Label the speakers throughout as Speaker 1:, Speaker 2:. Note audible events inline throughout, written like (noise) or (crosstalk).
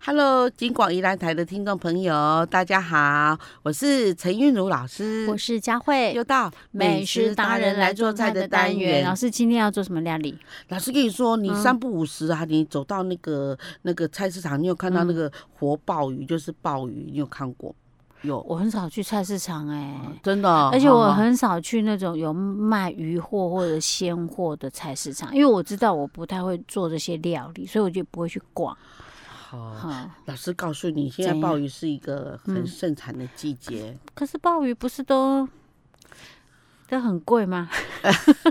Speaker 1: Hello，金广宜兰台的听众朋友，大家好，我是陈韵如老师，
Speaker 2: 我是佳慧
Speaker 1: 又，到
Speaker 2: 老师今天要做什么料理？
Speaker 1: 老师跟你说，你
Speaker 2: 嗯
Speaker 1: 三不五时啊，你走到那个那个菜市场，你有看到那
Speaker 2: 嗯
Speaker 1: 个活鲍鱼，就是鲍鱼，你有看过？有，
Speaker 2: 我很少去菜市场哎、
Speaker 1: 真的哦，
Speaker 2: 而且我
Speaker 1: 好
Speaker 2: 很少去那种有卖鱼货或者鲜货的菜市场，因为我知道我不太会做这些料理，所以我就不会去逛。
Speaker 1: 好好
Speaker 2: 哈、
Speaker 1: 老师告诉你，现在
Speaker 2: 怎样
Speaker 1: 鲍鱼是一个很
Speaker 2: 嗯
Speaker 1: 盛产的季节， (laughs)
Speaker 2: 可是鲍鱼不是都都很贵吗？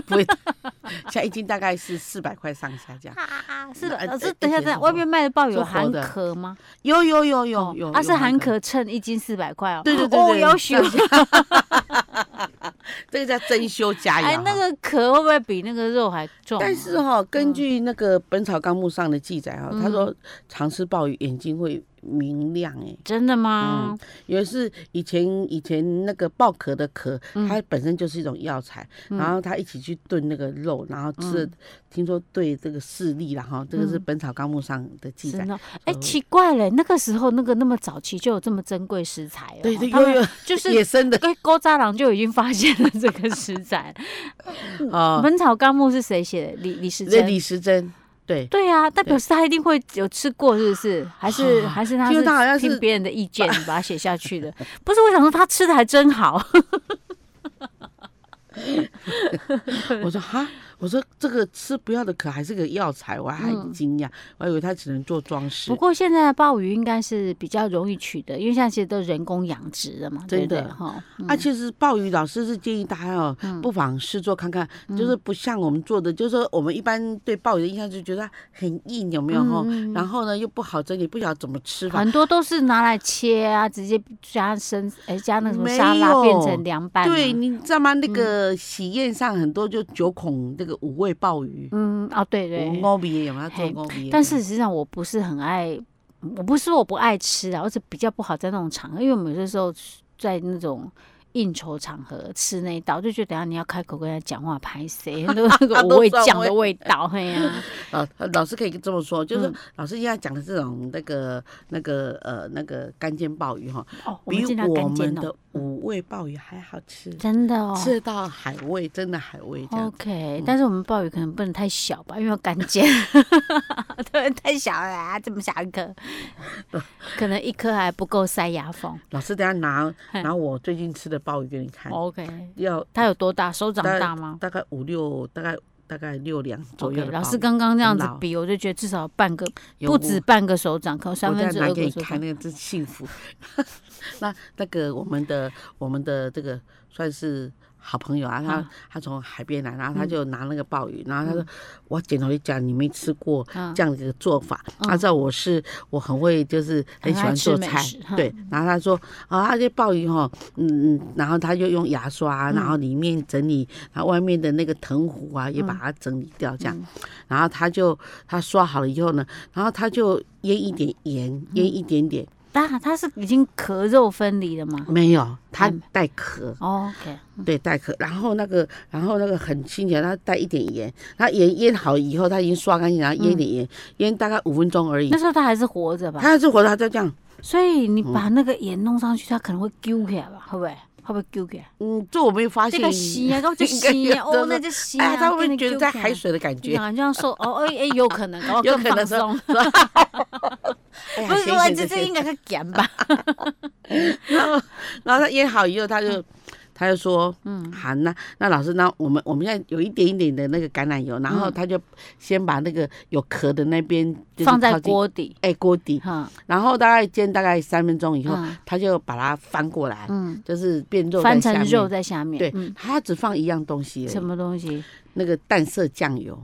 Speaker 1: 不会，现在一斤大概是四百块上下这样。
Speaker 2: (laughs) 啊，是的，
Speaker 1: 呃
Speaker 2: 老
Speaker 1: 呃
Speaker 2: 师，等一下，
Speaker 1: 而且
Speaker 2: 等一下，
Speaker 1: 是
Speaker 2: 外面卖的鲍鱼有
Speaker 1: 做活
Speaker 2: 含
Speaker 1: 的
Speaker 2: 壳吗？
Speaker 1: 有有有
Speaker 2: 哦
Speaker 1: 有有，
Speaker 2: 啊，是
Speaker 1: 有
Speaker 2: 含壳称一斤四百块哦。
Speaker 1: 对对对
Speaker 2: 哦，
Speaker 1: 对
Speaker 2: 要求。
Speaker 1: 这个叫珍馐佳肴哈。
Speaker 2: 哎，那个壳会不会比那个肉还重啊？
Speaker 1: 但是哈、根据那个《本草纲目》上的记载哈、他
Speaker 2: 嗯
Speaker 1: 说常吃鲍鱼眼睛会明亮哎、
Speaker 2: 真的吗？
Speaker 1: 有一次以前以前那个鲍壳的壳，
Speaker 2: 嗯
Speaker 1: 它本身就是一种药材，然后它一起去炖那个肉，然后吃了，
Speaker 2: 嗯
Speaker 1: 听说对这个视力啦哈，这个是《本草纲目》上的记载嗯
Speaker 2: 真。的哦，哎、奇怪嘞，那个时候那个那么早期就有这么珍贵食材哦，
Speaker 1: 对对，
Speaker 2: 他
Speaker 1: 有
Speaker 2: 们
Speaker 1: 有
Speaker 2: 就是
Speaker 1: (laughs) 野生的
Speaker 2: (laughs) 跟勾渣郎就已经发现了这个食
Speaker 1: (laughs)
Speaker 2: 材。
Speaker 1: 啊，
Speaker 2: 本草纲目》是谁写的？李李时
Speaker 1: 那
Speaker 2: 珍。
Speaker 1: 李时珍对。
Speaker 2: 对啊，代表是他一定会有吃过，是不是？还是
Speaker 1: 啊
Speaker 2: 还是他
Speaker 1: 因为
Speaker 2: 是
Speaker 1: 他好像是
Speaker 2: 听别人的
Speaker 1: (laughs)
Speaker 2: 意见把它写下去的？不是，我想说他吃的还真好。
Speaker 1: 我说哈，我说这个吃不要的壳还是个药材，我还
Speaker 2: 嗯
Speaker 1: 很惊讶，我还以为它只能做装饰
Speaker 2: 不。过现在的鲍鱼应该是比较容易取得，因为现在其实都人工养殖的嘛，对不
Speaker 1: 真的
Speaker 2: 对？哈，
Speaker 1: 啊，其实鲍鱼老师是建议大家哦，
Speaker 2: 嗯
Speaker 1: 不妨试做看看，就是不像我们做的，就是说我们一般对鲍鱼的印象就觉得它很硬，有没有
Speaker 2: 嗯
Speaker 1: 哈？然后呢又不好蒸，也不晓得怎么吃法。
Speaker 2: 很多都是拿来切啊，直接加生，哎、加那个什么
Speaker 1: 没
Speaker 2: 沙拉
Speaker 1: 有
Speaker 2: 变成凉拌、啊。
Speaker 1: 对，你知道吗？那个喜宴上很多就九孔那个五味鲍鱼，
Speaker 2: 嗯，哦，对
Speaker 1: 五
Speaker 2: 对。
Speaker 1: 欧比有没有做
Speaker 2: 嘿
Speaker 1: 欧比？
Speaker 2: 但是实际上我不是很爱，我不是说我不爱吃啊，我只比较不好在那种场合，因为我们有些时候在那种。应酬场合吃那一道，就觉得等一下你要开口跟他讲话，拍谁那个那
Speaker 1: (laughs)
Speaker 2: 个
Speaker 1: 都
Speaker 2: 五味
Speaker 1: 算
Speaker 2: 酱
Speaker 1: 味
Speaker 2: 的味道，嘿啊呀、
Speaker 1: 老啊老师可以这么说，
Speaker 2: 嗯
Speaker 1: 就是老师现在讲的这种那个那个呃那个干煎鲍鱼哈，
Speaker 2: 哦，我
Speaker 1: 比
Speaker 2: 们见到
Speaker 1: 我
Speaker 2: 干煎
Speaker 1: 们
Speaker 2: 哦，
Speaker 1: 的五味鲍鱼还好吃。
Speaker 2: 真的哦。
Speaker 1: 吃到海味，真的海味这样。嗯
Speaker 2: OK，、但是我们鲍鱼可能不能太小吧，因 (laughs) 为要干煎，对，太小了啊，这么小
Speaker 1: (laughs)
Speaker 2: 一颗，可能一颗还不够塞牙缝。
Speaker 1: 老师，等下拿
Speaker 2: 嘿哦
Speaker 1: 拿我最近吃的鲍鱼给你看，
Speaker 2: OK，
Speaker 1: 要
Speaker 2: 它有多大？手掌
Speaker 1: 大
Speaker 2: 大吗
Speaker 1: 大概五六，大概大概六两左右
Speaker 2: OK，
Speaker 1: 的
Speaker 2: 老
Speaker 1: 鲍
Speaker 2: 师
Speaker 1: 鱼
Speaker 2: 刚刚那样子
Speaker 1: 很老
Speaker 2: 比，我就觉得至少半个，
Speaker 1: 有
Speaker 2: 不
Speaker 1: 我
Speaker 2: 止半个手掌，可能
Speaker 1: 我
Speaker 2: 三分
Speaker 1: 再
Speaker 2: 之
Speaker 1: 拿
Speaker 2: 二
Speaker 1: 给
Speaker 2: 个
Speaker 1: 你
Speaker 2: 手
Speaker 1: 看，
Speaker 2: 掌。
Speaker 1: 那个真幸福。 (laughs) 那那个我们的我们的这个算是好朋友啊，他
Speaker 2: 嗯
Speaker 1: 他从海边来，然后他就拿那个鲍鱼，然后他说：“我剪头一讲，你没吃过
Speaker 2: 嗯
Speaker 1: 这样的一个做法。”他知道我是我很会，就是很喜欢做
Speaker 2: 很爱
Speaker 1: 菜
Speaker 2: 吃美食，哈
Speaker 1: 对。然后他说：“啊，这鲍鱼哈，嗯嗯。”然后他就用牙
Speaker 2: 嗯
Speaker 1: 刷，然后里面整理，然后外面的那个藤壶啊，也把
Speaker 2: 嗯
Speaker 1: 它整理掉，这样。然后他就他刷好了以后呢，然后他就腌一点盐，
Speaker 2: 嗯
Speaker 1: 腌一点点，
Speaker 2: 但它是已经壳肉分离了吗
Speaker 1: 没有，它
Speaker 2: 嗯
Speaker 1: 带壳，
Speaker 2: ？OK，
Speaker 1: 对，带壳。然后那个，然后那个很清甜，它带一点盐，它盐腌好以后，它已经刷干净，然后腌一点盐，腌大概五分钟而已
Speaker 2: 嗯那。时候它还是活着吧？
Speaker 1: 它嗯还是活的，它就这样，
Speaker 2: 所以你把那个盐弄上去，它可能会揪起来吧？会不会？会不会揪起来？
Speaker 1: 嗯，这我没有发
Speaker 2: 这
Speaker 1: 现。
Speaker 2: 个吸啊，搞就
Speaker 1: 应该
Speaker 2: 吸啊，
Speaker 1: 有的
Speaker 2: 哦，那就吸
Speaker 1: 哎
Speaker 2: 啊，
Speaker 1: 呀，他会不会
Speaker 2: 跟你
Speaker 1: 觉得
Speaker 2: 揪
Speaker 1: 在
Speaker 2: 起来
Speaker 1: 海水的感觉？
Speaker 2: 啊，这样说，哦，哎、哎、有可能，搞
Speaker 1: (laughs) 有
Speaker 2: 更
Speaker 1: 可能
Speaker 2: 放
Speaker 1: 说
Speaker 2: (laughs) 松。
Speaker 1: 哎呀
Speaker 2: 不，是，
Speaker 1: 咸
Speaker 2: 我
Speaker 1: 咸
Speaker 2: 这
Speaker 1: 的
Speaker 2: 这
Speaker 1: 咸
Speaker 2: 应该较咸吧？
Speaker 1: 然后，然后他腌好以后，他
Speaker 2: 嗯
Speaker 1: 就他就说，嗯，好，那那老师，那我们我们现在有一点一点的那个橄榄油，然
Speaker 2: 嗯
Speaker 1: 后他就先把那个有壳的那边 (laughs) 就是
Speaker 2: 放在
Speaker 1: 靠近，
Speaker 2: 锅底，
Speaker 1: 哎，锅底，
Speaker 2: 哈，
Speaker 1: 然后大概煎大概三分钟以后
Speaker 2: 嗯，
Speaker 1: 他就把它翻过来，
Speaker 2: 嗯，
Speaker 1: 就是变肉
Speaker 2: 翻
Speaker 1: 在下
Speaker 2: 成肉
Speaker 1: 面。
Speaker 2: 在下面，
Speaker 1: 对
Speaker 2: 嗯，，
Speaker 1: 他只放一样东西而已，
Speaker 2: 什么东西？
Speaker 1: 那个淡色酱油。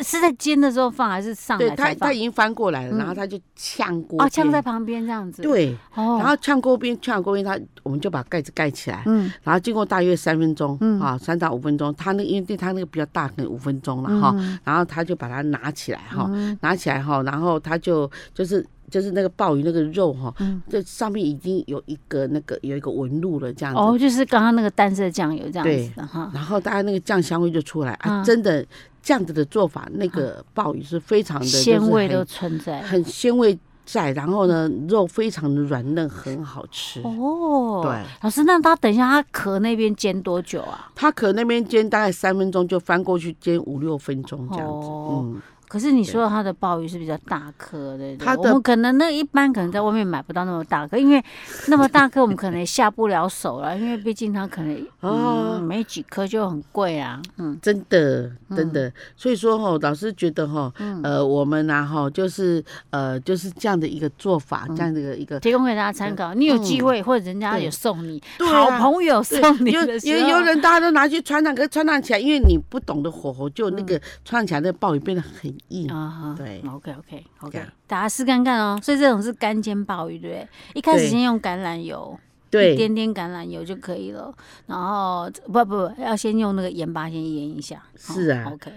Speaker 2: 是在煎的时候放还是上
Speaker 1: 对
Speaker 2: 来
Speaker 1: 他，
Speaker 2: 才
Speaker 1: 他
Speaker 2: 放
Speaker 1: 已？经翻过来了，
Speaker 2: 嗯
Speaker 1: 然后他就呛锅
Speaker 2: 哦，呛
Speaker 1: 边。
Speaker 2: 在旁边这样子，，
Speaker 1: 对，
Speaker 2: 哦，
Speaker 1: 然后呛锅边，呛锅边，他我们就把盖子盖起来。
Speaker 2: 嗯
Speaker 1: 然后经过大约三分钟，
Speaker 2: 嗯
Speaker 1: 啊，三到五分钟，他那因为对他那个比较大，可能五分钟嗯了哈，然后他就把它拿起来哈，
Speaker 2: 嗯
Speaker 1: 拿起来哈，然后他就就是就是那个鲍鱼那个肉哈，
Speaker 2: 嗯
Speaker 1: 这上面已经有一个那个有一个纹路了这样子。
Speaker 2: 哦，就是刚刚那个淡色酱油这样子的哈，
Speaker 1: 然后大家那个酱香味就出来啊，
Speaker 2: 嗯
Speaker 1: 真的这样子的做法，那个鲍鱼是非常的就是
Speaker 2: 鲜味
Speaker 1: 很
Speaker 2: 都存在，
Speaker 1: 很鲜味在，然后呢，肉非常的软嫩，很好吃。
Speaker 2: 哦，
Speaker 1: 对，
Speaker 2: 老师，那他等一下他壳那边煎多久啊？
Speaker 1: 它可那边煎大概三分钟，就翻过去煎五六分钟这样子。
Speaker 2: 哦
Speaker 1: 嗯，
Speaker 2: 可是你说的它的鲍鱼是比较大颗，对不对？
Speaker 1: 它的
Speaker 2: 我们可能那一般可能在外面买不到那么大颗，因为那么大颗我们可能也下不了手了， (laughs) 因为毕竟它可能
Speaker 1: 哦
Speaker 2: 嗯没几颗就很贵啊。嗯，
Speaker 1: 真的，真的，所以说哈、老师觉得哈、
Speaker 2: 嗯
Speaker 1: 呃，我们呐、啊、哈，就是呃，就是这样的一个做法，
Speaker 2: 嗯
Speaker 1: 这样的一个一个
Speaker 2: 提供给大家参考。你有机会或者人家
Speaker 1: 对
Speaker 2: 有送你，
Speaker 1: 嗯对
Speaker 2: 好
Speaker 1: 啊
Speaker 2: 朋友送你
Speaker 1: 有
Speaker 2: 的时
Speaker 1: 有
Speaker 2: 候
Speaker 1: 有人大家都拿去穿上，可是穿上起来，因为你不懂得火候，就那
Speaker 2: 嗯
Speaker 1: 个穿上起来那个鲍鱼变得很硬。
Speaker 2: 啊哈，
Speaker 1: 对
Speaker 2: ，OK OK
Speaker 1: 这
Speaker 2: OK，
Speaker 1: 样
Speaker 2: 大家试看看哦。所以这种是干煎鲍鱼，对不对？一开始
Speaker 1: 对
Speaker 2: 先用橄榄油，一
Speaker 1: 对，
Speaker 2: 点点橄榄油就可以了。然后不不不要先用那个盐巴先腌一下。哦
Speaker 1: 是啊
Speaker 2: ，OK，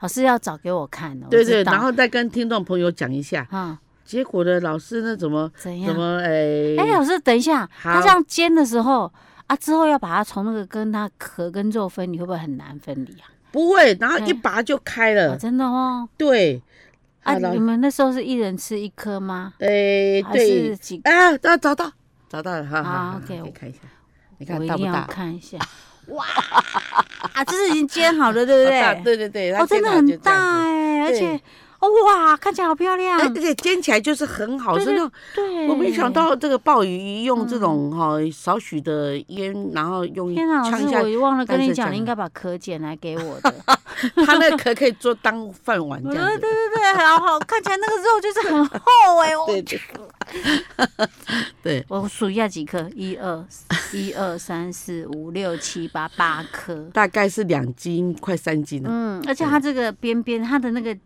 Speaker 2: 老师要找给我看的，我
Speaker 1: 对
Speaker 2: 知
Speaker 1: 对，
Speaker 2: 道
Speaker 1: 然后再跟听众朋友讲一下，
Speaker 2: 啊、
Speaker 1: 结果呢，老师那怎么
Speaker 2: 怎
Speaker 1: 怎
Speaker 2: 样？
Speaker 1: 么诶
Speaker 2: 哎、老师等一下，它
Speaker 1: 好
Speaker 2: 这样煎的时候啊，之后要把它从那个跟它壳跟肉分离，会不会很难分离啊？
Speaker 1: 不会，然后
Speaker 2: 哎
Speaker 1: 一拔就开
Speaker 2: 哦，
Speaker 1: 了，
Speaker 2: 真的
Speaker 1: (laughs)
Speaker 2: 哦。
Speaker 1: 对，
Speaker 2: 啊，
Speaker 1: 老
Speaker 2: 你们那时候是一人吃一颗吗？
Speaker 1: 诶
Speaker 2: 还
Speaker 1: 哎对
Speaker 2: 是，几？
Speaker 1: 啊，找找到找到了，好
Speaker 2: 好
Speaker 1: 好好，可
Speaker 2: OK，
Speaker 1: 以看一下，你
Speaker 2: 我
Speaker 1: 看
Speaker 2: 一
Speaker 1: 大不
Speaker 2: 定要
Speaker 1: 大？
Speaker 2: 看一下。 (laughs) 哇，啊，这是已经煎好了，对不
Speaker 1: 好大 (laughs)
Speaker 2: 对？
Speaker 1: 对对对，它
Speaker 2: 哦，真的
Speaker 1: 煎好就
Speaker 2: 很
Speaker 1: 这样
Speaker 2: 大
Speaker 1: 子，
Speaker 2: 哎，而
Speaker 1: 对
Speaker 2: 且哦哇，看起来好漂亮
Speaker 1: 哎。而且煎起来就是很好，
Speaker 2: 对
Speaker 1: 是那种
Speaker 2: 对，嗯
Speaker 1: 我没想。到这个鲍鱼用这种哈、少许的烟，然后用
Speaker 2: 天哪，老
Speaker 1: 呛
Speaker 2: 师
Speaker 1: 一下，，
Speaker 2: 我忘了跟
Speaker 1: 但
Speaker 2: 你
Speaker 1: 是
Speaker 2: 讲，
Speaker 1: 这
Speaker 2: 你
Speaker 1: 样
Speaker 2: 应该把壳捡来给我 (laughs) 的。
Speaker 1: 它那壳可以做当饭碗
Speaker 2: 我
Speaker 1: 这
Speaker 2: 觉
Speaker 1: 样
Speaker 2: 得对
Speaker 1: 子。
Speaker 2: 对对，好好，看起来那个肉就是 (laughs) 很厚哎。我
Speaker 1: 对
Speaker 2: (laughs)
Speaker 1: 对对，
Speaker 2: 我数一下几颗，一二一二三四五六七八八颗。
Speaker 1: 大概是两斤快三斤了。
Speaker 2: 嗯，而且它这个边边，它的那个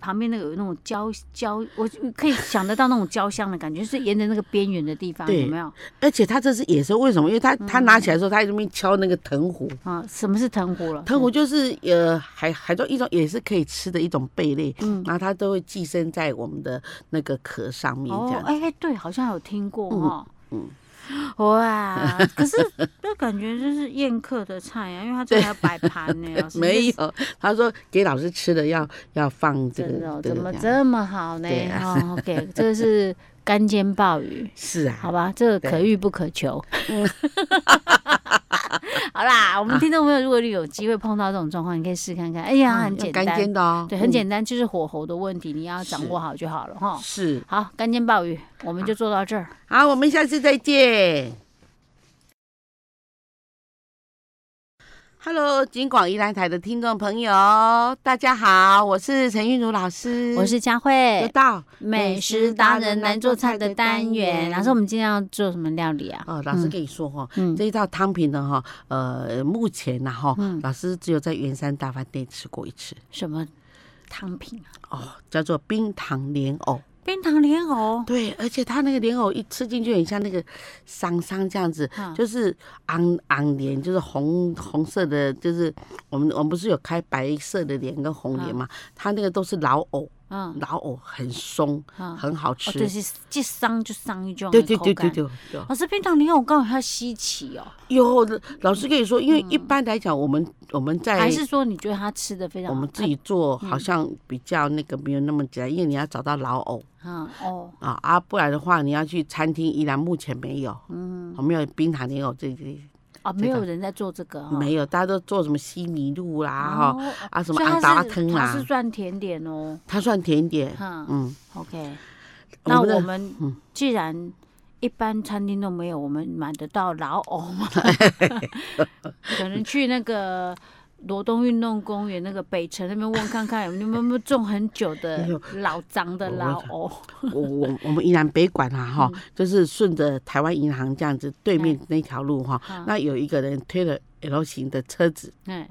Speaker 2: 旁边那个有那种焦焦，我可以想得到那种焦香的感觉，就是沿着那个边缘的地方，
Speaker 1: 对
Speaker 2: 有没有？
Speaker 1: 而且它这是野生，为什么？因为它它
Speaker 2: 嗯
Speaker 1: 拿起来的时候，它在那边敲那个藤壶。
Speaker 2: 啊，什么是藤壶了？
Speaker 1: 藤壶就是呃海海中一种也是可以吃的一种贝类，
Speaker 2: 嗯
Speaker 1: 然后它都会寄生在我们的那个壳上面这
Speaker 2: 哦
Speaker 1: 样，子。
Speaker 2: 哎、对，好像有听过
Speaker 1: 嗯
Speaker 2: 哈。
Speaker 1: 嗯
Speaker 2: 哇，可是那感觉就是宴客的菜啊，因为它这个还要摆盘
Speaker 1: (laughs)
Speaker 2: 呢。老师
Speaker 1: 没
Speaker 2: 这
Speaker 1: 有，他说给老师吃的要要放这个
Speaker 2: 真的哦、
Speaker 1: 这
Speaker 2: 怎
Speaker 1: 个
Speaker 2: 么
Speaker 1: 这样
Speaker 2: 这么好呢？
Speaker 1: 对啊
Speaker 2: 哦，OK，这个是干煎鲍鱼。
Speaker 1: 是啊，
Speaker 2: 好吧，这个可
Speaker 1: 对嗯
Speaker 2: 遇不可求。 (laughs) 好啦，
Speaker 1: 啊
Speaker 2: 我们听众朋友，如果你有机会碰到这种状况，你可以试看看。哎呀，很
Speaker 1: 嗯要
Speaker 2: 简
Speaker 1: 干
Speaker 2: 单，
Speaker 1: 煎的哦，
Speaker 2: 对，很
Speaker 1: 嗯
Speaker 2: 简哦单，就是火候的问题，你要掌握好就好了哈。
Speaker 1: 是，
Speaker 2: 好，干煎鲍鱼，我们就做到这儿。
Speaker 1: 好，我们下次再见。Hello，金广宜兰台的听众朋友，大家好，我是陈韵如老师，
Speaker 2: 我是啊佳
Speaker 1: 又
Speaker 2: 慧，
Speaker 1: 到
Speaker 2: 美食达人难做菜的单元。老师，我们今天要做什么料理啊？
Speaker 1: 哦，老师
Speaker 2: 嗯
Speaker 1: 跟你说哈、哦，
Speaker 2: 嗯
Speaker 1: 这一道汤品呢哈，呃，目前呢哈，
Speaker 2: 嗯
Speaker 1: 老师只有在圆山大饭店吃过一次
Speaker 2: 什么汤品啊？
Speaker 1: 哦，叫做冰糖莲藕。
Speaker 2: 冰糖莲藕，
Speaker 1: 对，而且它那个莲藕一吃进去，很像那个桑桑这样子，
Speaker 2: 嗯
Speaker 1: 就是昂昂莲，就是红红色的，就是我们我们不是有开白色的莲跟红莲嘛？它那个都是老藕，
Speaker 2: 嗯
Speaker 1: 老藕很松，
Speaker 2: 嗯，哦，
Speaker 1: 很好吃。
Speaker 2: 对，是一伤就伤一种，
Speaker 1: 哦对对对对。对对，
Speaker 2: 老师，冰糖莲藕刚好它稀奇哦。
Speaker 1: 有老师跟你说，因为一般来讲，我们我们在
Speaker 2: 还是说你觉得他吃的非常
Speaker 1: 哎我
Speaker 2: 好
Speaker 1: 们自己做好像比较那个没有那么简单，因为你要找到老藕
Speaker 2: 嗯哦，
Speaker 1: 啊啊，不然的话你要去餐厅，依然目前没有，嗯，没有冰糖莲藕这这
Speaker 2: 啊，没有人在做这个哈，
Speaker 1: 没有，大家都做什么西米露啦哈、
Speaker 2: 哦
Speaker 1: 啊什么
Speaker 2: 所以它
Speaker 1: 昂达
Speaker 2: 是
Speaker 1: 汤
Speaker 2: 它是
Speaker 1: 啦，
Speaker 2: 算甜点哦，
Speaker 1: 它算甜点，
Speaker 2: 哈
Speaker 1: 嗯，
Speaker 2: ，OK。那
Speaker 1: 的
Speaker 2: 我们
Speaker 1: 嗯
Speaker 2: 既然一般餐厅都没有，我们买得到老藕 (laughs) 吗？可能去那个罗东运动公园那个北城那边问看看，有没有没有种很久的
Speaker 1: 哎呦
Speaker 2: 老长的老 (laughs) 藕？
Speaker 1: 我我我们宜兰北馆啊哈，
Speaker 2: 嗯
Speaker 1: 就是顺着台湾银行这样子对面那条路哈、
Speaker 2: 好
Speaker 1: 那有一个人推了 L 型的车子，
Speaker 2: 哎，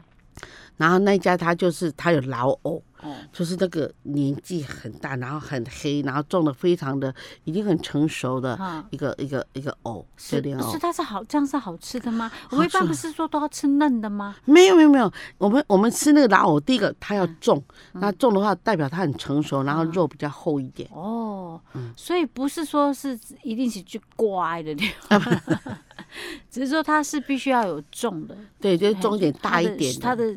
Speaker 1: 然后那一家他就是他有老藕。
Speaker 2: (laughs) 哦，
Speaker 1: 就是那个年纪很大，然后很黑，然后种的非常的已经很成熟的
Speaker 2: 哈。
Speaker 1: 一个一个一个藕，
Speaker 2: 哦是哦
Speaker 1: 这莲藕
Speaker 2: 是，。它是好，这样是好吃的 (laughs) 吗？
Speaker 1: 好
Speaker 2: 我们一般
Speaker 1: 吃
Speaker 2: 不是说都要吃嫩的吗？
Speaker 1: 没有没有没有，我们我们吃那个老藕，第一个它要
Speaker 2: 嗯
Speaker 1: 重，那重的话代表它很成熟，然后肉比较厚一点。
Speaker 2: 哦，所以不是说是一定是去乖的地 (laughs) 方，只是说它是必须要有重的，
Speaker 1: 对，就是重一点
Speaker 2: 哎它
Speaker 1: 大一
Speaker 2: 的
Speaker 1: 点的。
Speaker 2: 它的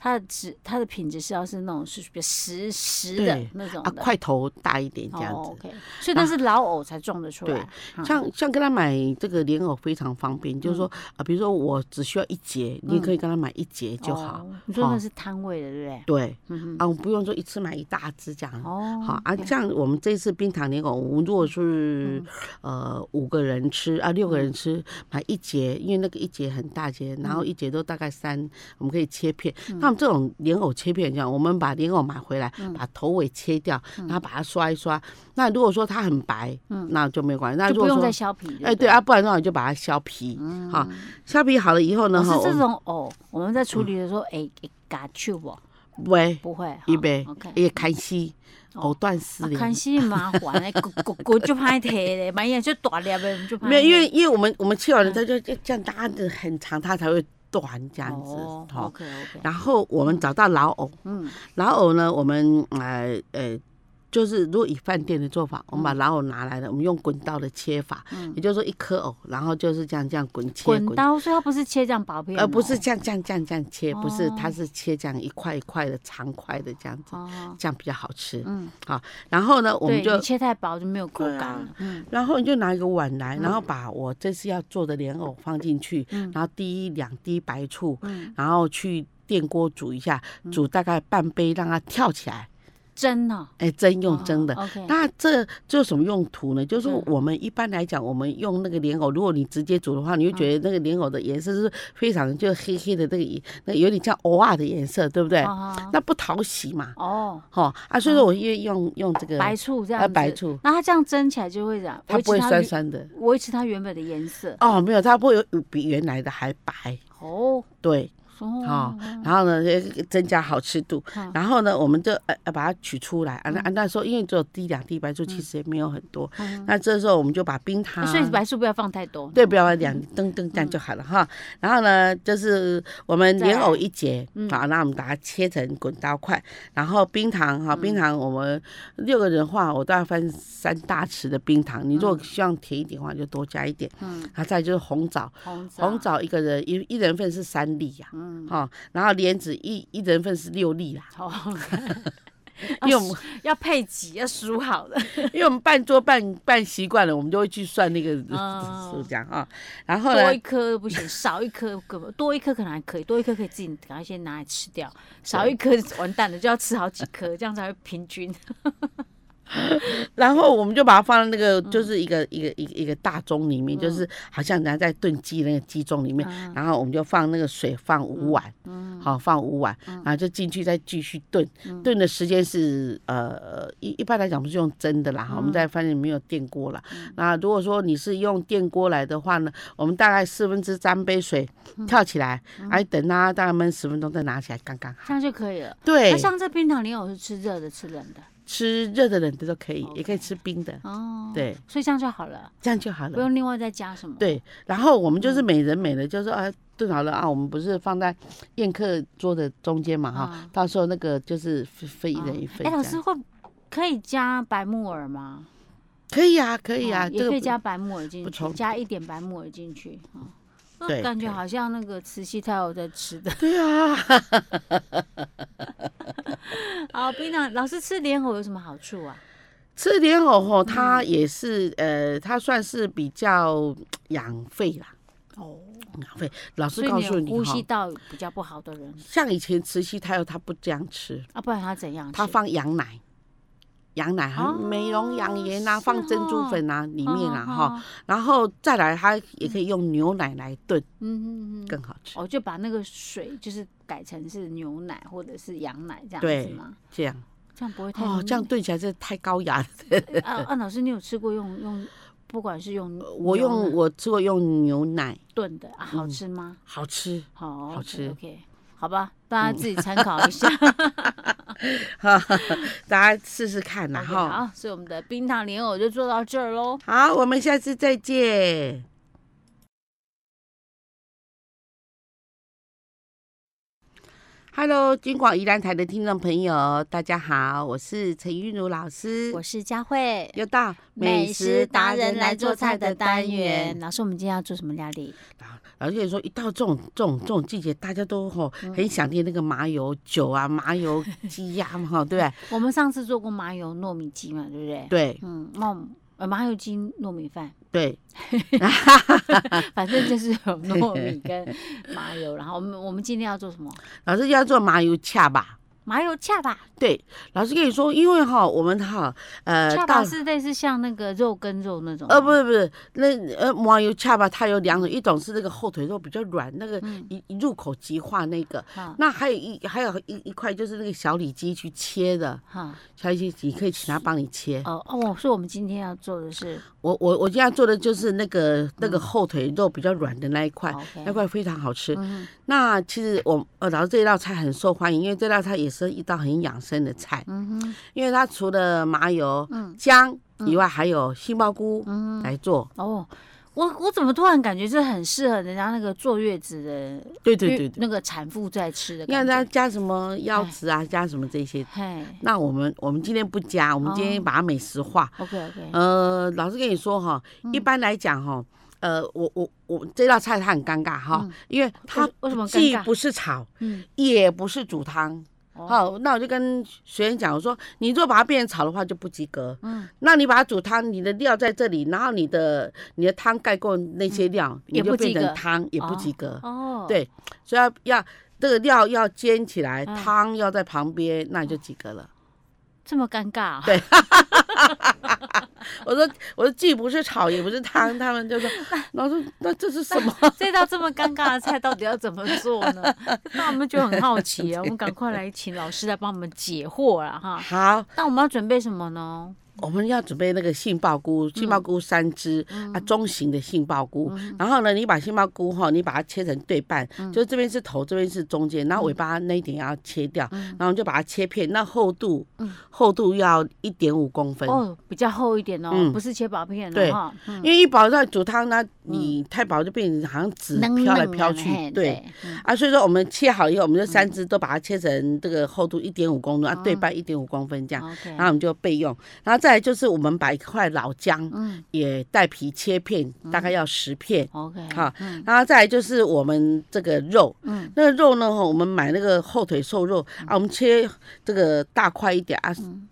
Speaker 2: 它的质它的品质是要是那种是比较实实的
Speaker 1: 对
Speaker 2: 那种
Speaker 1: 啊，
Speaker 2: 的。
Speaker 1: 块头大一点这样
Speaker 2: 哦
Speaker 1: 子。
Speaker 2: ，OK，所以那是老藕才种得出来。嗯
Speaker 1: 像像跟他买这个莲藕非常方便，就是说
Speaker 2: 嗯
Speaker 1: 啊，比如说我只需要一节，你也可以跟他买一节就好。
Speaker 2: 哦你说那
Speaker 1: 哦
Speaker 2: 是摊位的，对不对？
Speaker 1: 对，
Speaker 2: 嗯
Speaker 1: 啊，我不用说一次买一大支这样。
Speaker 2: 哦，
Speaker 1: 好啊，
Speaker 2: OK
Speaker 1: 像我们这次冰糖莲藕，我们如果是、
Speaker 2: 嗯
Speaker 1: 呃五个人吃啊，六个人吃，买一节，因为那个一节很大节，然后一节都大概三，我们可以切片。
Speaker 2: 嗯
Speaker 1: 那我们这种莲藕切片这样，我们把莲藕买回来，把头尾切掉，
Speaker 2: 嗯
Speaker 1: 然后把它刷一刷。那如果说它很白，那就没关系。那
Speaker 2: 就
Speaker 1: 如
Speaker 2: 不
Speaker 1: 果
Speaker 2: 用
Speaker 1: 说
Speaker 2: 再削皮了。
Speaker 1: 哎，对啊，不然的话你就把它削皮，好，削皮好了以后呢，
Speaker 2: 可
Speaker 1: 哈，
Speaker 2: 哦
Speaker 1: 我
Speaker 2: 是这
Speaker 1: 们嗯
Speaker 2: 种藕，我们在处理的时候，哎，哎嘎去不？
Speaker 1: 喂，
Speaker 2: 不会，
Speaker 1: 预备
Speaker 2: 哈，OK，。
Speaker 1: 也砍丝，藕断丝
Speaker 2: 啊，
Speaker 1: 连。
Speaker 2: 看戏麻烦嘞，骨骨骨就歹摕嘞，万一就大粒的，就
Speaker 1: 没有，因为因为我们我们
Speaker 2: 嗯
Speaker 1: 切完了，它就就这样搭的很长，它才会断这样子。
Speaker 2: 哦
Speaker 1: 好
Speaker 2: ，OK OK，
Speaker 1: 然后我们找到老藕，
Speaker 2: 嗯
Speaker 1: 老藕呢，我们呃呃，就是如果以饭店的做法，我们把老藕拿来了，我们用滚刀的切法，
Speaker 2: 嗯
Speaker 1: 也就是说一颗藕，然后就是这样这样滚切
Speaker 2: 滚，刀，所以它不是切这样薄片哦，
Speaker 1: 而不是这样这样这样这样切，不是
Speaker 2: 哦，
Speaker 1: 它是切这样一块一块的长块的这样子，
Speaker 2: 哦，
Speaker 1: 这样比较好吃。
Speaker 2: 嗯，
Speaker 1: 然后呢，我
Speaker 2: 对，
Speaker 1: 们就
Speaker 2: 你切太薄就没有口
Speaker 1: 对啊
Speaker 2: 感了，嗯
Speaker 1: 然后你就拿一个碗来，然后把我这次要做的莲藕放进去，然后滴一两滴白醋，
Speaker 2: 嗯，
Speaker 1: 然后去电锅煮一下，煮大概半杯，让它跳起来。
Speaker 2: 蒸哦，
Speaker 1: 哎，蒸用蒸的。
Speaker 2: ，OK，
Speaker 1: 那这这有什么用途呢？就是
Speaker 2: 哦嗯
Speaker 1: 我们一般来讲，我们用那个莲藕，如果你直接煮的话，你会
Speaker 2: 嗯
Speaker 1: 觉得那个莲藕的颜色是非常就黑黑的，那个颜那个有点像藕啊的颜色，对不对？
Speaker 2: 哦
Speaker 1: 那不讨喜嘛，
Speaker 2: 哦，
Speaker 1: 哈啊，所以说我越用用这个
Speaker 2: 白醋这
Speaker 1: 啊
Speaker 2: 样子，
Speaker 1: 白醋，
Speaker 2: 那它这样蒸起来就会这样，
Speaker 1: 它
Speaker 2: 维
Speaker 1: 不
Speaker 2: 持
Speaker 1: 会
Speaker 2: 它
Speaker 1: 酸
Speaker 2: 原
Speaker 1: 酸的。
Speaker 2: 维持它原本的颜色，
Speaker 1: 哦，没有，它不会有比原来的还白。
Speaker 2: 哦
Speaker 1: 对，
Speaker 2: 哦
Speaker 1: 哦，然后呢，呃增加好吃度
Speaker 2: 嗯。
Speaker 1: 然后呢，我们就呃呃把它取出来。啊，那啊那时候因为只有滴两滴白醋，其实也没有很多。那这时候我们就把冰糖，
Speaker 2: 嗯所以白嗯醋不要放太多，
Speaker 1: 对，不要两灯灯这样就好了哈。
Speaker 2: 嗯
Speaker 1: 然后呢，就是我们莲藕一节，好，那我们把它切成滚刀块。然后冰糖
Speaker 2: 嗯
Speaker 1: 哈，冰糖我们六个人的话，我大概分三大匙的冰糖。你如果希望甜一点的话，就多加一点。
Speaker 2: 嗯
Speaker 1: 然后再就是红枣，
Speaker 2: 红枣，
Speaker 1: 红枣一个人一一人份是三粒呀、
Speaker 2: 嗯。
Speaker 1: 哈、然后莲子一一人份是六粒啦、
Speaker 2: 好，
Speaker 1: 因为
Speaker 2: 要
Speaker 1: 我们
Speaker 2: 要配几，要数好的。
Speaker 1: 因为我们半桌半半习惯了，我们就会去算那个
Speaker 2: 哦
Speaker 1: 数这样啊。然后
Speaker 2: 多
Speaker 1: 呢
Speaker 2: 一，颗都不行，少一颗根本多一颗可能还可以，多一颗可以自己赶快先拿来吃掉，少一颗完蛋了，就要吃好几颗，这样才会平均。
Speaker 1: 然后我们就把它放在那个
Speaker 2: 嗯
Speaker 1: 就是一个、一个一个一个大盅里面，就是好像人家在炖鸡那个鸡盅里面，
Speaker 2: 嗯
Speaker 1: 然后我们就放那个水放五碗，好、放五碗，
Speaker 2: 嗯
Speaker 1: 然后就进去再继续炖，炖的时间是呃一一般来讲不是用蒸的啦，
Speaker 2: 嗯
Speaker 1: 哈我们在饭店没有电锅啦。那如果说你是用电锅来的话呢，我们大概四分之三杯水
Speaker 2: 嗯
Speaker 1: 跳起来，哎、等它大概焖十分钟再拿起来刚刚好。
Speaker 2: 这样就可以了。
Speaker 1: 对
Speaker 2: 那，像这冰糖莲藕是吃热的，吃冷的
Speaker 1: 吃热的冷的都可以，也可以
Speaker 2: OK
Speaker 1: 吃冰的，
Speaker 2: 哦。，
Speaker 1: 对，
Speaker 2: 所以这样就好了，
Speaker 1: 这样就好了
Speaker 2: 不。用另外再加什么。，
Speaker 1: 对，然后我们
Speaker 2: 嗯
Speaker 1: 就是每人每人就是啊炖好了啊，我们不是放在宴客桌的中间嘛哈
Speaker 2: 啊，
Speaker 1: 到时候那个就是分分一
Speaker 2: 哦
Speaker 1: 人一份。
Speaker 2: 哎，老
Speaker 1: 这
Speaker 2: 师
Speaker 1: 样
Speaker 2: 会可以加白木耳吗？
Speaker 1: 可以啊，可
Speaker 2: 可
Speaker 1: 以啊，
Speaker 2: 哦也可以
Speaker 1: 不
Speaker 2: 加白木耳进
Speaker 1: 不
Speaker 2: 去，
Speaker 1: 冲
Speaker 2: 加一点白木耳进去啊。哦那
Speaker 1: 对
Speaker 2: 感觉
Speaker 1: 可以
Speaker 2: 好像那个慈禧太后在吃
Speaker 1: (laughs)
Speaker 2: 的。
Speaker 1: 对啊，
Speaker 2: 好，哦冰糖老师吃莲藕有什么好处啊？
Speaker 1: 吃莲藕吼，它
Speaker 2: 嗯
Speaker 1: 也是呃，它算是比较养肺啦，
Speaker 2: 哦，
Speaker 1: 养肺。老
Speaker 2: 所
Speaker 1: 师
Speaker 2: 以
Speaker 1: 告诉
Speaker 2: 你
Speaker 1: 你
Speaker 2: 呼
Speaker 1: 哈
Speaker 2: 吸，道比较不好的人
Speaker 1: 像以前慈禧太后她不这样吃，
Speaker 2: 啊，不然他怎样吃？
Speaker 1: 她放羊奶。羊奶和
Speaker 2: 哦
Speaker 1: 美容养颜啊，
Speaker 2: 是
Speaker 1: 放珍珠
Speaker 2: 哦
Speaker 1: 粉啊，里面啊
Speaker 2: 哦
Speaker 1: 哈，，然后再来，它也可以用牛奶来炖，
Speaker 2: 嗯嗯嗯，
Speaker 1: 更好吃。
Speaker 2: 哦，就把那个水就是改成是牛奶或者是羊奶这样子
Speaker 1: 对
Speaker 2: 吗？
Speaker 1: 这样
Speaker 2: 这样不会太
Speaker 1: 哦，这样炖起来真的太高雅了。
Speaker 2: 啊啊！老师，你有吃过用用，不管是用
Speaker 1: (laughs) 呃我
Speaker 2: 牛
Speaker 1: 用
Speaker 2: 奶
Speaker 1: 我吃过用牛奶，
Speaker 2: 炖的啊，好吃吗？
Speaker 1: 好吃。
Speaker 2: 好，
Speaker 1: 好吃嗯
Speaker 2: OK，好吧，大家自己参考
Speaker 1: (laughs)
Speaker 2: 一下。
Speaker 1: (laughs) 大家试试看啦
Speaker 2: OK，
Speaker 1: 哈。
Speaker 2: (laughs) 好，所以我们的冰糖莲藕就做到这儿喽。
Speaker 1: 好，我们下次再见。 Hello，金广宜兰台的听众朋友，大家好，我是陈韵如老师，
Speaker 2: 我是佳慧。
Speaker 1: 又到
Speaker 2: 老师，我们今天要做什么料理？
Speaker 1: 啊，而且说一到这种这种这种季节，大家都吼
Speaker 2: 嗯
Speaker 1: 很想念那个麻油酒啊、麻油鸡呀、嘛，
Speaker 2: (laughs)
Speaker 1: 哈，对不
Speaker 2: 我们上次做过麻油糯米鸡嘛，对不对？
Speaker 1: 对？对
Speaker 2: 嗯，那我们呃麻油鸡糯
Speaker 1: (laughs)
Speaker 2: 米饭， (laughs)
Speaker 1: 对，啊
Speaker 2: 反正就是有糯米
Speaker 1: (laughs)
Speaker 2: 跟麻油。然后我们我们今天要做什么？
Speaker 1: 老师要做麻油恰吧？
Speaker 2: 麻油恰吧，
Speaker 1: 对，老师跟你说，因为哈，我们哈，呃，
Speaker 2: 恰
Speaker 1: 到
Speaker 2: 吧是类似像那个肉跟肉那种吗。
Speaker 1: 呃，不是不是，那呃麻油恰吧，它有两种，一种是那个后腿肉比较软，那个
Speaker 2: 嗯
Speaker 1: 一一入口即化那个，
Speaker 2: 好，
Speaker 1: 那还有一还有一一块就是那个小里脊去切的，
Speaker 2: 好，
Speaker 1: 小里脊你可以请他帮你切。
Speaker 2: 哦哦，所以我们今天要做的是
Speaker 1: 我我我现在做的就是那个那个后腿肉比较软的那一块，那
Speaker 2: 嗯 OK，
Speaker 1: 块非常好吃。
Speaker 2: 嗯
Speaker 1: 那其实我呃，老师这道菜很受欢迎，因为这道菜也是一道很养生的菜，
Speaker 2: 嗯哼
Speaker 1: 因为它除了麻油、
Speaker 2: 嗯
Speaker 1: 姜以外，还有杏鲍菇
Speaker 2: 嗯哼，
Speaker 1: 来做。
Speaker 2: 哦。我我怎么突然感觉这很适合人家那个坐月子的
Speaker 1: 对对对对，
Speaker 2: 那个产妇在吃的
Speaker 1: 你看
Speaker 2: 感
Speaker 1: 它
Speaker 2: 觉。哎
Speaker 1: 加什么腰子啊，加什么这些。
Speaker 2: 嘿
Speaker 1: 那我们我们今天不加，我们今天
Speaker 2: 哦
Speaker 1: 把它美食化。
Speaker 2: ，OK OK，
Speaker 1: 呃，老师跟你说哈，
Speaker 2: 嗯
Speaker 1: 一般来讲哈，呃，我我我这道菜它很尴尬哈，
Speaker 2: 嗯
Speaker 1: 因为它
Speaker 2: 为为什么尴
Speaker 1: 既
Speaker 2: 尬？
Speaker 1: 不是炒，
Speaker 2: 嗯，
Speaker 1: 也不是煮汤。
Speaker 2: 哦，
Speaker 1: 好，那我就跟学员讲，我说你如果把它变成炒的话就不及格。
Speaker 2: 嗯，
Speaker 1: 那你把它煮汤，你的料在这里，然后你的你的汤盖过那些料，你
Speaker 2: 嗯也
Speaker 1: 就
Speaker 2: 不
Speaker 1: 变
Speaker 2: 及
Speaker 1: 成
Speaker 2: 格
Speaker 1: 汤，也不及格。
Speaker 2: 哦，
Speaker 1: 对所以要要这个料要煎起来，
Speaker 2: 嗯
Speaker 1: 汤要在旁边，那你就及格了。
Speaker 2: 这么尴尬、啊，
Speaker 1: 对我说我说既不是炒也不是汤，他们就说老师那这是什么？ (laughs)
Speaker 2: 这道这么尴尬的菜到底要怎么做呢？那我们就很好奇啊，我们赶快来请老师来帮我们解惑了哈。
Speaker 1: 好，
Speaker 2: 那我们要准备什么呢？
Speaker 1: 我们要准备那个杏鲍菇，杏
Speaker 2: 嗯
Speaker 1: 鲍菇三只、啊，中型的杏鲍菇。然后呢，你把杏鲍菇哈，你把它切成对半，
Speaker 2: 嗯
Speaker 1: 就是这边是头，这边是中间，然后尾巴那一点要切掉，
Speaker 2: 嗯
Speaker 1: 然后你就把它切片。那厚度，厚度要一点五公分。
Speaker 2: 哦，比较厚一点哦，
Speaker 1: 嗯
Speaker 2: 不是切薄片
Speaker 1: 对
Speaker 2: 哦，哈，嗯
Speaker 1: 因为一薄在煮汤呢，你太薄就变成好像纸
Speaker 2: 嫩
Speaker 1: 飘来
Speaker 2: 嫩
Speaker 1: 飘
Speaker 2: 嗯的
Speaker 1: 去，
Speaker 2: 嘿
Speaker 1: 对。
Speaker 2: 对，嗯
Speaker 1: 啊，所以说我们切好以后，我们就三只都把它切成这个厚度一点五公分啊，对半一点五公分这样，
Speaker 2: ，OK，
Speaker 1: 然后我们就备用。然后再来就是我们把一块老姜，
Speaker 2: 嗯
Speaker 1: 也带皮切片，大概要十片。
Speaker 2: ，OK，
Speaker 1: 好
Speaker 2: 嗯
Speaker 1: 然后再来就是我们这个肉，
Speaker 2: 嗯
Speaker 1: 那个肉呢，吼我们买那个后腿瘦肉啊，我们切这个大块一点啊，
Speaker 2: 嗯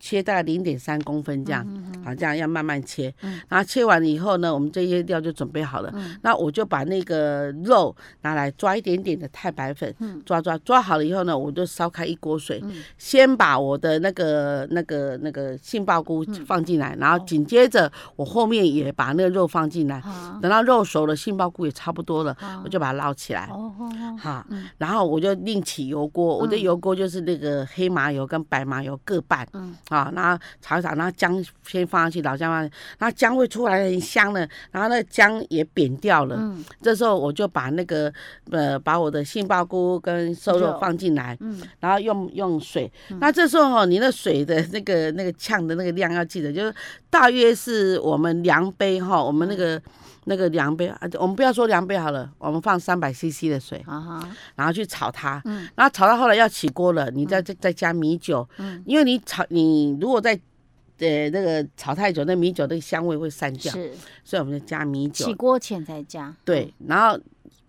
Speaker 1: 切大概零点三公分这样，好，这样要慢慢切。
Speaker 2: 嗯
Speaker 1: 然后切完了以后呢，我们这些料就准备好了。
Speaker 2: 嗯
Speaker 1: 那我就把那个肉拿来抓一点点的太白粉，
Speaker 2: 嗯
Speaker 1: 抓抓抓好了以后呢，我就烧开一锅水，
Speaker 2: 嗯
Speaker 1: 先把我的那个那个那个杏鲍菇
Speaker 2: 嗯
Speaker 1: 放进来，然后紧接着我后面也把那个肉放进来，
Speaker 2: 好，
Speaker 1: 等到肉熟了，杏鲍菇也差不多了，
Speaker 2: 好
Speaker 1: 我就把它捞起来。
Speaker 2: 哦哦哦
Speaker 1: 哈
Speaker 2: 嗯，
Speaker 1: 然后我就另起油锅，我的油锅就是那个黑麻油跟白麻油各半，
Speaker 2: 嗯
Speaker 1: 啊，然后炒一炒，然后姜先放上去，老姜放上去，然后姜会出来很香的，然后那个姜也扁掉了，
Speaker 2: 嗯
Speaker 1: 这时候我就把那个呃把我的杏鲍菇跟瘦肉
Speaker 2: 肉
Speaker 1: 放进来，
Speaker 2: 嗯，
Speaker 1: 然后用用水。那这时候哈、你那水的那个那个呛的那个量要记得，就是大约是我们量杯哈、我们那
Speaker 2: 嗯
Speaker 1: 个、那个量杯，啊我们不要说量杯好了，我们放三百 CC 的水，
Speaker 2: 好哈，
Speaker 1: 然后去炒它。
Speaker 2: 嗯
Speaker 1: 然后炒到后来要起锅了，你再再再加米酒，
Speaker 2: 嗯，
Speaker 1: 因为你炒你如果在呃那个炒太久，那米酒那个香味会散掉，
Speaker 2: 是
Speaker 1: 所以我们就加米酒
Speaker 2: 起。锅前再加，
Speaker 1: 对，然后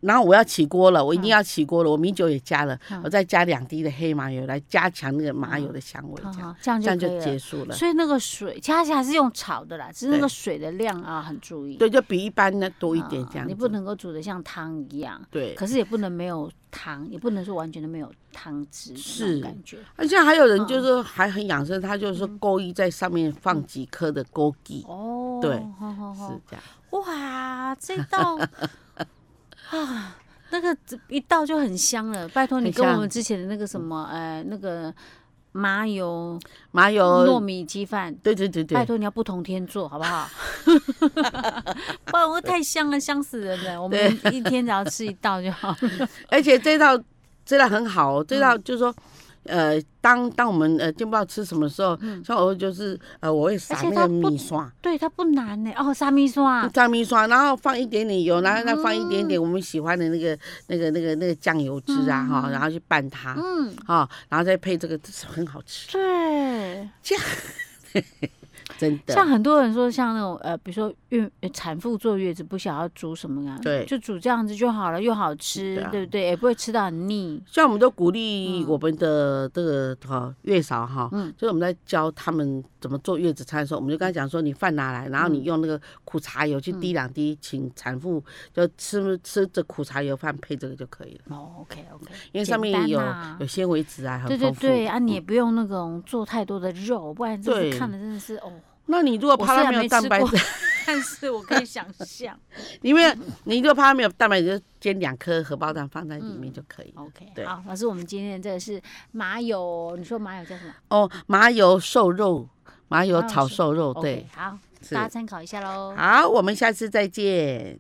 Speaker 1: 然后我要起锅了，我一定要起锅了，我米酒也加了，
Speaker 2: 嗯
Speaker 1: 我再加两滴的黑麻油来加强那个麻油的香味，
Speaker 2: 好
Speaker 1: 这样、
Speaker 2: 嗯好，这样
Speaker 1: 这样
Speaker 2: 就可
Speaker 1: 就
Speaker 2: 以了
Speaker 1: 结。束了。
Speaker 2: 所以那个水，其实它还是用炒的啦，只是那
Speaker 1: 对
Speaker 2: 个水的量啊很注意，
Speaker 1: 对，就比一般的多一点
Speaker 2: 啊
Speaker 1: 这样子。
Speaker 2: 你不能够煮的像汤一样，
Speaker 1: 对，
Speaker 2: 可是也不能没有汤，也不能说完全都没有汤汁的那种
Speaker 1: 是
Speaker 2: 感觉。
Speaker 1: 而且还有
Speaker 2: 嗯
Speaker 1: 人就是还很养生，他就是勾一在上面放几颗的枸杞，
Speaker 2: 哦，
Speaker 1: 对
Speaker 2: 好好好
Speaker 1: 是，这样。
Speaker 2: 哇，这道啊。那个一道就很香了，拜托你
Speaker 1: 很
Speaker 2: 跟我
Speaker 1: 香嗯
Speaker 2: 们之前的那个什么，呃，那个麻油
Speaker 1: 麻
Speaker 2: 糯
Speaker 1: 油，
Speaker 2: 米鸡饭，
Speaker 1: 对对对
Speaker 2: 拜
Speaker 1: 对，
Speaker 2: 托你要不同天做好不好？ (laughs) 不然我太香了，香死人了。我们一天只要吃一道就好了。嗯
Speaker 1: 而且这道这道很好、哦，这道就是说。呃，当当我们呃见不到吃什么时候，像偶尔就是呃，我会撒
Speaker 2: 嗯而且
Speaker 1: 那
Speaker 2: 它
Speaker 1: 个
Speaker 2: 不
Speaker 1: 米刷。
Speaker 2: 对，它不难呢、哦，沙米刷，
Speaker 1: 嗯炸米刷，然后放一点点
Speaker 2: 嗯
Speaker 1: 油，然后再放一点点我们喜欢的那个、那个、那个、那个酱油汁啊，哈、然后去拌它，哈、
Speaker 2: 嗯，
Speaker 1: 然后再配这个，这是很好吃，
Speaker 2: 对。
Speaker 1: 真的。
Speaker 2: 像很多人说，像那种呃，比如说孕呃产妇坐月子不想要煮什么啊，
Speaker 1: 对
Speaker 2: 就煮这样子就好了，又好吃，
Speaker 1: 对啊
Speaker 2: 对不对？也不会吃到很腻。
Speaker 1: 像我们都鼓励我们的这个哈、月嫂哈，
Speaker 2: 嗯
Speaker 1: 就是我们在教他们怎么做月子餐的时候，我们就跟他讲说，你饭拿
Speaker 2: 嗯
Speaker 1: 来，然后你用那个苦茶油去滴两滴，请产妇就吃吃这苦茶油饭配这个就可以了，
Speaker 2: 哦，OK OK，
Speaker 1: 因为上面有、有纤维质啊，很
Speaker 2: 对
Speaker 1: 丰
Speaker 2: 对
Speaker 1: 富。
Speaker 2: 对啊，你也不用那种做太多的肉，不然真是看了真的是哦。
Speaker 1: 那你如果
Speaker 2: 我
Speaker 1: 怕
Speaker 2: 虽
Speaker 1: 它
Speaker 2: 然
Speaker 1: 没有
Speaker 2: 没
Speaker 1: 蛋
Speaker 2: 吃
Speaker 1: 白
Speaker 2: 过
Speaker 1: 质，，
Speaker 2: (laughs) 但是我可以想
Speaker 1: (laughs)
Speaker 2: 象。
Speaker 1: 因为你如果怕它没有蛋白质，就煎两颗荷包蛋放在里面就可以。对
Speaker 2: OK，好，嗯老师，我们今天这个是麻油，你说麻油叫什么？
Speaker 1: 哦，麻油瘦肉，麻油
Speaker 2: 麻油
Speaker 1: 炒瘦
Speaker 2: 瘦
Speaker 1: 肉，
Speaker 2: 啊 OK，
Speaker 1: 哦对，
Speaker 2: 好，
Speaker 1: 是
Speaker 2: 大家参考一下喽。
Speaker 1: 好，我们下次再见。